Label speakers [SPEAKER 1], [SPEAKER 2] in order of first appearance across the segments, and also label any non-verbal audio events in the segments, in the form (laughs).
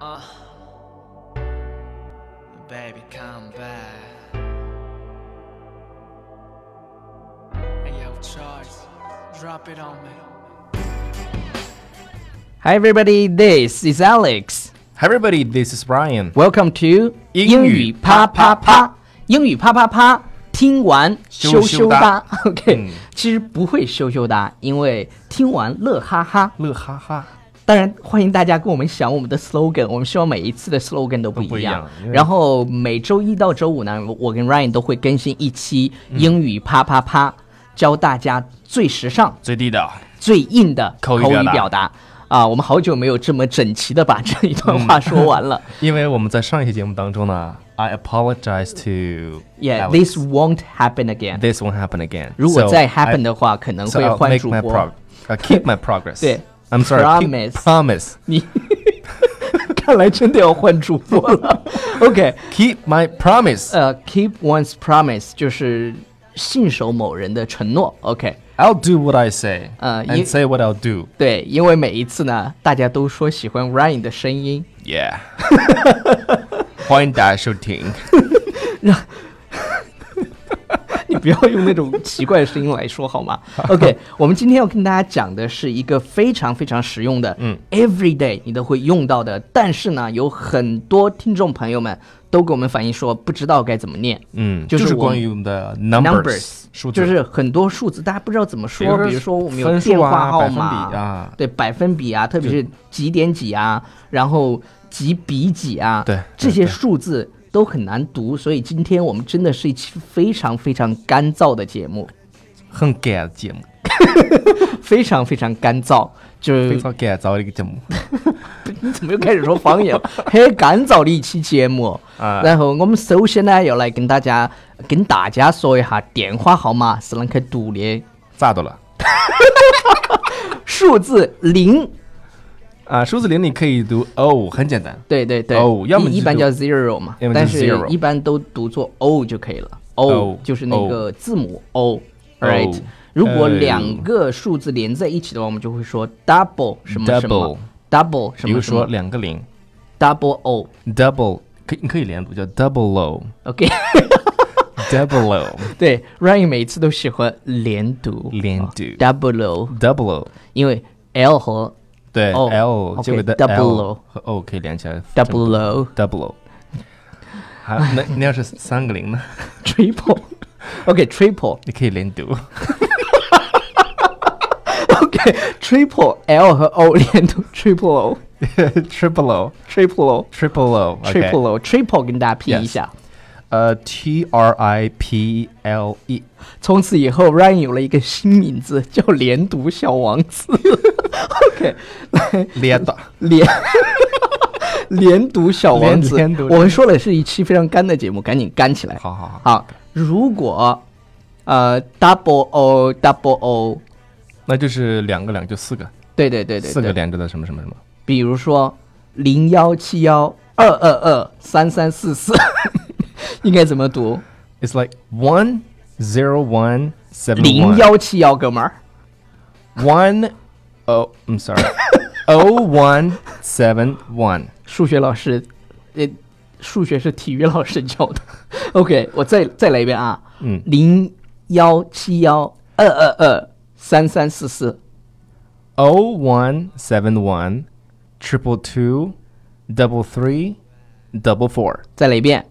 [SPEAKER 1] Uh, baby, come back. Hey, yo, Charles, drop it on me.
[SPEAKER 2] Hi everybody, this is Alex.
[SPEAKER 3] Hi everybody, this is Brian。
[SPEAKER 2] Welcome to
[SPEAKER 3] 英语啪啪啪，
[SPEAKER 2] 英语啪啪啪，听完羞
[SPEAKER 3] 羞
[SPEAKER 2] 羞
[SPEAKER 3] 羞
[SPEAKER 2] 哒
[SPEAKER 3] 哒。
[SPEAKER 2] OK，、
[SPEAKER 3] 嗯
[SPEAKER 2] 其实不会羞羞哒，因为听完乐哈哈。
[SPEAKER 3] 乐哈哈，
[SPEAKER 2] 当然，欢迎大家跟我们想我们的 slogan，我们希望每一次的 slogan 都不
[SPEAKER 3] 都不
[SPEAKER 2] 一
[SPEAKER 3] 一
[SPEAKER 2] 样
[SPEAKER 3] 样。因为
[SPEAKER 2] 然后每周一到周五呢，我跟 Ryan 都会更新一期
[SPEAKER 3] 嗯
[SPEAKER 2] 英语啪啪啪，教大家最时尚、
[SPEAKER 3] 最地道。
[SPEAKER 2] 最硬的口语
[SPEAKER 3] 口语表达
[SPEAKER 2] 表达啊！我们好久没有这么整齐的把这一段话说完
[SPEAKER 3] (laughs)
[SPEAKER 2] 了。
[SPEAKER 3] 因为我们在上一期节目当中呢，I apologize to
[SPEAKER 2] Yeah,
[SPEAKER 3] Alex.
[SPEAKER 2] this won't happen again.
[SPEAKER 3] this won't happen again.
[SPEAKER 2] 如果
[SPEAKER 3] So
[SPEAKER 2] 再 happen
[SPEAKER 3] I-
[SPEAKER 2] 的话，可能
[SPEAKER 3] so
[SPEAKER 2] 会
[SPEAKER 3] I'll
[SPEAKER 2] 换
[SPEAKER 3] make
[SPEAKER 2] 主
[SPEAKER 3] my
[SPEAKER 2] 播
[SPEAKER 3] pro-。I keep my progress.
[SPEAKER 2] 对
[SPEAKER 3] I'm sorry.
[SPEAKER 2] promise
[SPEAKER 3] keep- Promise.
[SPEAKER 2] 你 (laughs) 看来真的要换主播了。OK， (laughs)
[SPEAKER 3] Keep my promise.
[SPEAKER 2] 呃、k e e p one's promise 就是信守某人的承诺。OK，
[SPEAKER 3] I'll do what I say.
[SPEAKER 2] 呃因
[SPEAKER 3] and say what I'll do.
[SPEAKER 2] 对，因为每一次呢，大家都说喜欢 Ryan 的声音， (laughs)
[SPEAKER 3] Yeah. 欢迎大家收听。
[SPEAKER 2] (laughs) 你不要用那种奇怪的声音来说好吗？OK，我们今天要跟大家讲的是一个非常非常实用的，嗯，every day 你都会用到的。但是呢，有很多听众朋友们都给我们反映说不知道该怎么念，
[SPEAKER 3] 嗯，
[SPEAKER 2] (laughs) 就是我们
[SPEAKER 3] 关于我们的
[SPEAKER 2] numbers
[SPEAKER 3] Mm. 数字，
[SPEAKER 2] 就是很多数字大家不知道怎么
[SPEAKER 3] 比
[SPEAKER 2] 说
[SPEAKER 3] 如，说
[SPEAKER 2] 比如说我们有
[SPEAKER 3] 分
[SPEAKER 2] 电
[SPEAKER 3] 数啊
[SPEAKER 2] 话号
[SPEAKER 3] 百分
[SPEAKER 2] 码
[SPEAKER 3] 比啊
[SPEAKER 2] 对百分比啊，特别是几点几啊，然后几比几啊，
[SPEAKER 3] 对
[SPEAKER 2] 这些
[SPEAKER 3] 对对
[SPEAKER 2] 数字都很难读，所以今天我们真的是一期非常非常干燥的节目，
[SPEAKER 3] 很 get 节目，
[SPEAKER 2] 非常非常干燥，就
[SPEAKER 3] 非
[SPEAKER 2] 是
[SPEAKER 3] 常 get 造的一
[SPEAKER 2] (laughs)
[SPEAKER 3] 个节目。
[SPEAKER 2] 你怎么又开始说方
[SPEAKER 3] (laughs)
[SPEAKER 2] 言了？很干燥的一期节目。
[SPEAKER 3] 啊
[SPEAKER 2] 然后我们首先呢要来跟大家跟大家说一下电话号码是啷个读的，
[SPEAKER 3] 咋到了？
[SPEAKER 2] 数字零。
[SPEAKER 3] 啊，数字零你可以读 o，很简单。
[SPEAKER 2] 对对对，
[SPEAKER 3] 哦要么
[SPEAKER 2] 一
[SPEAKER 3] 你
[SPEAKER 2] 一
[SPEAKER 3] 就
[SPEAKER 2] 般
[SPEAKER 3] 读
[SPEAKER 2] 叫 zero 嘛，
[SPEAKER 3] 要么就
[SPEAKER 2] 但是
[SPEAKER 3] zero 哦
[SPEAKER 2] 一般都读作 o 就可以了。o
[SPEAKER 3] O，
[SPEAKER 2] 就是那个字母 o。
[SPEAKER 3] O
[SPEAKER 2] Right，
[SPEAKER 3] O
[SPEAKER 2] 如果两个数字连在一起的话，我们就会说 double 什么什么 double 什
[SPEAKER 3] 比
[SPEAKER 2] 么
[SPEAKER 3] 如
[SPEAKER 2] 什
[SPEAKER 3] 说
[SPEAKER 2] 么
[SPEAKER 3] 两个零
[SPEAKER 2] double o。
[SPEAKER 3] ，double 可以你可以连读叫 double
[SPEAKER 2] (laughs)
[SPEAKER 3] o，double
[SPEAKER 2] OK，
[SPEAKER 3] o
[SPEAKER 2] (laughs) 对，Ryan 每次都喜欢连读，
[SPEAKER 3] 连读
[SPEAKER 2] double o，
[SPEAKER 3] double o，
[SPEAKER 2] 因为 l 和
[SPEAKER 3] 对
[SPEAKER 2] O
[SPEAKER 3] l
[SPEAKER 2] 哦 OK，
[SPEAKER 3] 结尾的
[SPEAKER 2] double O
[SPEAKER 3] l 和 o 可以连起来
[SPEAKER 2] double o (laughs)
[SPEAKER 3] double o。还那那要是三个零呢？ (laughs)
[SPEAKER 2] triple。OK，triple，OK，triple、
[SPEAKER 3] 你可以连读 (laughs)
[SPEAKER 2] triple L 和 O 连读，triple O，triple
[SPEAKER 3] triple o，triple
[SPEAKER 2] O。
[SPEAKER 3] o，
[SPEAKER 2] triple o triple 跟大家拼一下。
[SPEAKER 3] 呃 t r i p l e。
[SPEAKER 2] 从此以后，Ryan 有了一个新名字，叫连读小王子。OK，来
[SPEAKER 3] 连的，
[SPEAKER 2] 连连读小王子。
[SPEAKER 3] 连连读
[SPEAKER 2] 我们说了是一期非常干的节目，赶紧干起来。
[SPEAKER 3] 好好好，
[SPEAKER 2] 好，如果呃 double o double o，
[SPEAKER 3] 那就是两个两就四个，
[SPEAKER 2] 对对对对
[SPEAKER 3] 四个
[SPEAKER 2] 对，
[SPEAKER 3] 连着的什么什么什么，
[SPEAKER 2] 比如说零幺七幺二二二三三四四， (laughs) 应该怎么读？
[SPEAKER 3] It's like one zero one seven
[SPEAKER 2] 零幺七幺，哥们儿。
[SPEAKER 3] one oh I'm sorry oh one seven one
[SPEAKER 2] 数学老师，呃，数学是体育老师教的。OK，我再再来一遍啊，
[SPEAKER 3] 嗯
[SPEAKER 2] 零幺七幺二二二三三四四
[SPEAKER 3] oh one seven one triple two double three double four
[SPEAKER 2] 再来一遍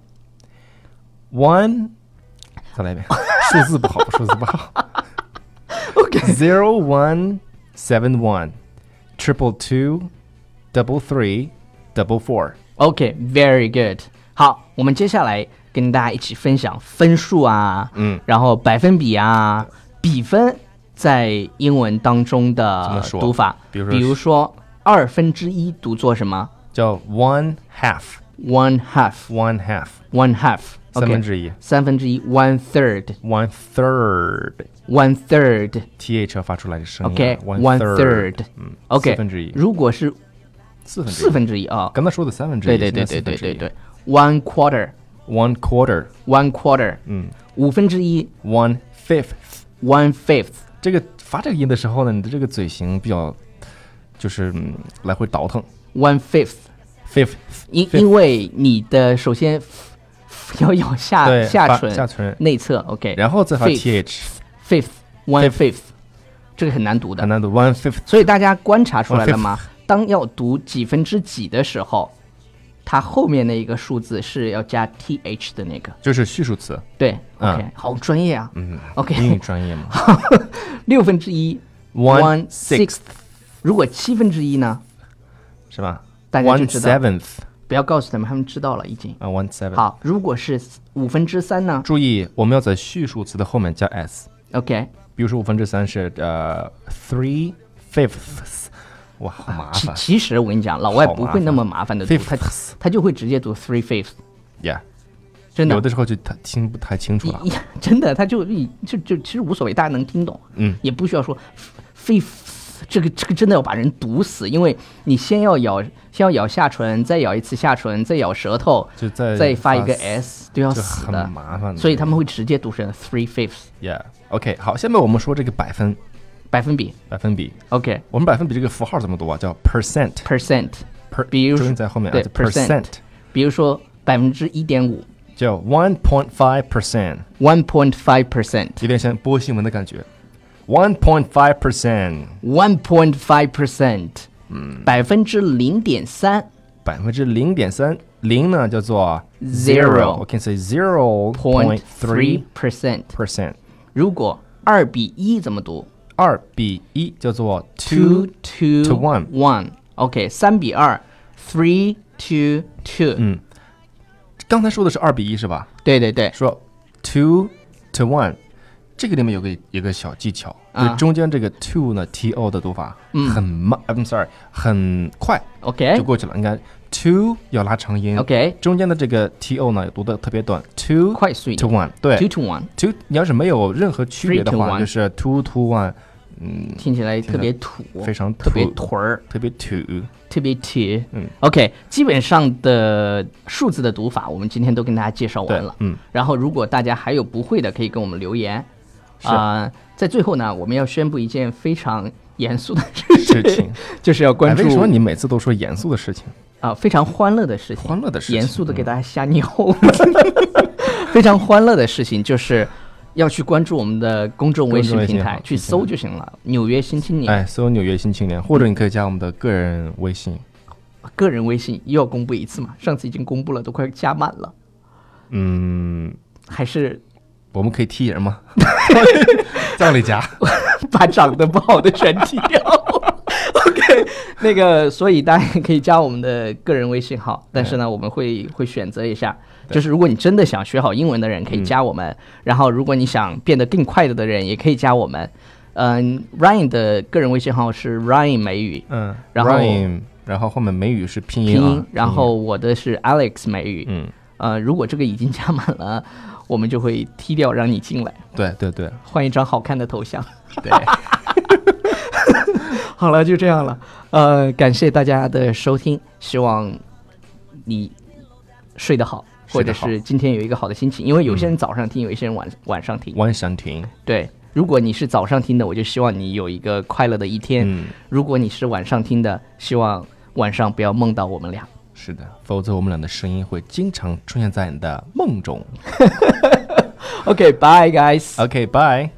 [SPEAKER 3] one 再来一遍，数字不好，数字不好。
[SPEAKER 2] ，OK，
[SPEAKER 3] Zero one seven one triple two double three double four。
[SPEAKER 2] OK，very、good。好，我们接下来跟大家一起分享分数啊，
[SPEAKER 3] 嗯，
[SPEAKER 2] 然后百分比啊，比分在英文当中
[SPEAKER 3] 怎
[SPEAKER 2] 的
[SPEAKER 3] 么说
[SPEAKER 2] 读法，
[SPEAKER 3] 比如说
[SPEAKER 2] 比如说二分之一读作什么
[SPEAKER 3] 叫 one half
[SPEAKER 2] ？one half，one
[SPEAKER 3] one half
[SPEAKER 2] half，
[SPEAKER 3] 三分之一
[SPEAKER 2] 三分之一，one third。
[SPEAKER 3] one third
[SPEAKER 2] one third。
[SPEAKER 3] t h 要发出来的声音啊。
[SPEAKER 2] OK，one third
[SPEAKER 3] 嗯。
[SPEAKER 2] OK，
[SPEAKER 3] 四分之一，
[SPEAKER 2] 如果是
[SPEAKER 3] 四分之一
[SPEAKER 2] 四分之一啊，
[SPEAKER 3] 刚才说的三分之
[SPEAKER 2] 对
[SPEAKER 3] 一，
[SPEAKER 2] 对对对
[SPEAKER 3] 现在
[SPEAKER 2] 对
[SPEAKER 3] 四分之一
[SPEAKER 2] 对对，one quarter，one
[SPEAKER 3] ，one quarter
[SPEAKER 2] quarter，嗯，五分之一
[SPEAKER 3] one fifth。
[SPEAKER 2] ，one fifth。
[SPEAKER 3] 这个发这个音的时候呢，你的这个嘴型比较就是嗯来回倒腾
[SPEAKER 2] One fifth，
[SPEAKER 3] fifth，
[SPEAKER 2] 因
[SPEAKER 3] fifth
[SPEAKER 2] 因为你的首先要咬下
[SPEAKER 3] 对
[SPEAKER 2] 下
[SPEAKER 3] 发
[SPEAKER 2] 唇
[SPEAKER 3] 下唇，
[SPEAKER 2] 内侧，OK，
[SPEAKER 3] 然后再发
[SPEAKER 2] fifth
[SPEAKER 3] th，
[SPEAKER 2] fifth one
[SPEAKER 3] fifth
[SPEAKER 2] fifth，这个很难读的
[SPEAKER 3] 很。难读 one fifth，
[SPEAKER 2] 所以大家观察出来了
[SPEAKER 3] 哦
[SPEAKER 2] 吗？当要读几分之几的时候，它后面那一个数字是要加 th 的那个。
[SPEAKER 3] 就是序数词，
[SPEAKER 2] 对
[SPEAKER 3] 嗯
[SPEAKER 2] ，OK，、好专业啊。
[SPEAKER 3] 嗯
[SPEAKER 2] OK
[SPEAKER 3] 英语专业嘛
[SPEAKER 2] (laughs) 六分之一
[SPEAKER 3] (laughs) ，one sixth
[SPEAKER 2] sixth。如果七分之一呢？
[SPEAKER 3] 是吧
[SPEAKER 2] 大家
[SPEAKER 3] ？one
[SPEAKER 2] 就知道
[SPEAKER 3] seventh
[SPEAKER 2] 不要告诉他们，他们知道了已经。
[SPEAKER 3] 啊，one seventh。
[SPEAKER 2] 好，如果是五分之三呢
[SPEAKER 3] 注意我们要在序数词的后面加 s，
[SPEAKER 2] ？OK，
[SPEAKER 3] 比如说五分之三是呃 three fifths，哇，啊好麻
[SPEAKER 2] 其
[SPEAKER 3] 烦
[SPEAKER 2] 其实我跟你讲，老外
[SPEAKER 3] 好麻
[SPEAKER 2] 不会那
[SPEAKER 3] 烦
[SPEAKER 2] 么麻烦的读，他
[SPEAKER 3] ，fifths，
[SPEAKER 2] 他就会直接读 three fifth，
[SPEAKER 3] yeah，
[SPEAKER 2] 真的
[SPEAKER 3] 有。的时候就他听不太清楚了
[SPEAKER 2] 一，一 (laughs) 真的，他就一就就其实无所谓，大家能听懂，
[SPEAKER 3] 嗯，
[SPEAKER 2] 也不需要说非这个这个真的要把人毒死，因为你先要咬，先要咬下唇，再咬一次下唇，再咬舌头，
[SPEAKER 3] 就再
[SPEAKER 2] 再发一个
[SPEAKER 3] 发
[SPEAKER 2] s，都要
[SPEAKER 3] 就
[SPEAKER 2] 死
[SPEAKER 3] 很
[SPEAKER 2] 的，
[SPEAKER 3] 麻烦的
[SPEAKER 2] 所以他们会直接读成 three fifths
[SPEAKER 3] ，yeah，OK，好，下面我们说这个百分
[SPEAKER 2] 百分比
[SPEAKER 3] 百分比，
[SPEAKER 2] ，OK
[SPEAKER 3] 我们百分比这个符号怎么读啊？叫 percent。
[SPEAKER 2] percent，
[SPEAKER 3] per
[SPEAKER 2] 比如
[SPEAKER 3] 注
[SPEAKER 2] 说
[SPEAKER 3] 音在后面啊
[SPEAKER 2] 对
[SPEAKER 3] 叫
[SPEAKER 2] percent
[SPEAKER 3] percent
[SPEAKER 2] 比如说百分之一点五
[SPEAKER 3] 叫 one point five percent，
[SPEAKER 2] one point five percent。
[SPEAKER 3] 有点像播新闻的感觉。one point five percent，
[SPEAKER 2] One point five percent，嗯，百分之零点三
[SPEAKER 3] 百分之零点三，零呢叫做
[SPEAKER 2] Zero
[SPEAKER 3] zero，我 can say zero
[SPEAKER 2] point
[SPEAKER 3] point
[SPEAKER 2] three
[SPEAKER 3] three
[SPEAKER 2] percent。
[SPEAKER 3] percent。
[SPEAKER 2] 如果二比一怎么读
[SPEAKER 3] 二比一叫做
[SPEAKER 2] ？Two
[SPEAKER 3] two
[SPEAKER 2] two
[SPEAKER 3] to one
[SPEAKER 2] one。OK，三比二，three two two。嗯，
[SPEAKER 3] 刚才说的是二比一是吧？
[SPEAKER 2] 对对对，
[SPEAKER 3] 说 two to one，这个里面有个有个小技巧，
[SPEAKER 2] 啊嗯
[SPEAKER 3] 就是中间这个 two 呢 t o 的读法很慢，I'm sorry，很快
[SPEAKER 2] OK
[SPEAKER 3] 就过去了。你看 two 要拉长音
[SPEAKER 2] 哎 OK
[SPEAKER 3] 中间的这个 t o 呢读的特别短，two
[SPEAKER 2] 快速一
[SPEAKER 3] to
[SPEAKER 2] 点
[SPEAKER 3] one，对
[SPEAKER 2] ，two to one，
[SPEAKER 3] two 你要是没有任何区别的
[SPEAKER 2] Three to
[SPEAKER 3] 话，
[SPEAKER 2] one
[SPEAKER 3] 就是 two to one，
[SPEAKER 2] 听起来
[SPEAKER 3] 起来
[SPEAKER 2] 特别土，
[SPEAKER 3] 非常
[SPEAKER 2] 特别
[SPEAKER 3] 土
[SPEAKER 2] 屯儿，
[SPEAKER 3] 特别 two，
[SPEAKER 2] 特别铁。
[SPEAKER 3] 嗯
[SPEAKER 2] ，OK，基本上的数字的读法，我们今天都跟大家介绍
[SPEAKER 3] 对
[SPEAKER 2] 完了，。
[SPEAKER 3] 嗯，
[SPEAKER 2] 然后，如果大家还有不会的，可以跟我们留言。啊、在最后呢，我们要宣布一件非常严肃的事情，
[SPEAKER 3] 事情。
[SPEAKER 2] 就是要 (laughs) 关
[SPEAKER 3] 哎
[SPEAKER 2] 注
[SPEAKER 3] 为什么你每次都说严肃的事情？
[SPEAKER 2] 啊、非常欢乐的事情，
[SPEAKER 3] 欢乐的事情嗯
[SPEAKER 2] 严肃的给大家吓尿。 (laughs) 非常欢乐的事情就是要去关注我们的公众微信
[SPEAKER 3] 公众微信
[SPEAKER 2] 平台
[SPEAKER 3] 号，
[SPEAKER 2] 去搜就行了。纽约新青年、
[SPEAKER 3] 哎，搜“纽约新青年”，或者你可以加我们的个人微信。
[SPEAKER 2] 个人微信又要公布一次嘛，上次已经公布了，都快加满了，
[SPEAKER 3] 嗯，
[SPEAKER 2] 还是
[SPEAKER 3] 我们可以踢
[SPEAKER 2] (laughs)
[SPEAKER 3] 人吗？葬礼夹，
[SPEAKER 2] 把长得不好的全踢掉。OK，那个，所以大家也可以加我们的个人微信号，但是呢，我们会会选择一下，就是如果你真的想学好英文的人，可以加我们；然后如果你想变得更快乐的人，也可以加我们。嗯，Ryan 的个人微信号是 Ryan 美语，
[SPEAKER 3] 嗯，
[SPEAKER 2] 然后
[SPEAKER 3] rhyme，然后后面美语是拼
[SPEAKER 2] 拼
[SPEAKER 3] 音啊
[SPEAKER 2] 音，，然后我的是 Alex 美语。
[SPEAKER 3] 嗯，
[SPEAKER 2] 呃，如果这个已经加满了，我们就会踢掉让你进来，
[SPEAKER 3] 对
[SPEAKER 2] (laughs)
[SPEAKER 3] 对对
[SPEAKER 2] 换一张好看的头像。
[SPEAKER 3] 对，
[SPEAKER 2] 好了，就这样了。呃，感谢大家的收听，希望你睡得好，或
[SPEAKER 3] 睡
[SPEAKER 2] 者
[SPEAKER 3] 得好嗯
[SPEAKER 2] 是今天有一个好的心情。因为有些人早上听，有一些人晚晚上听。
[SPEAKER 3] 万祥婷，
[SPEAKER 2] 对，如果你是早上听的，我就希望你有一个快乐的一天；
[SPEAKER 3] 嗯，
[SPEAKER 2] 如果你是晚上听的，希望晚上不要梦到我们俩。
[SPEAKER 3] 是的，否则我们俩的声音会经常出现在你的梦中。
[SPEAKER 2] OK，bye、guys。
[SPEAKER 3] OK，bye。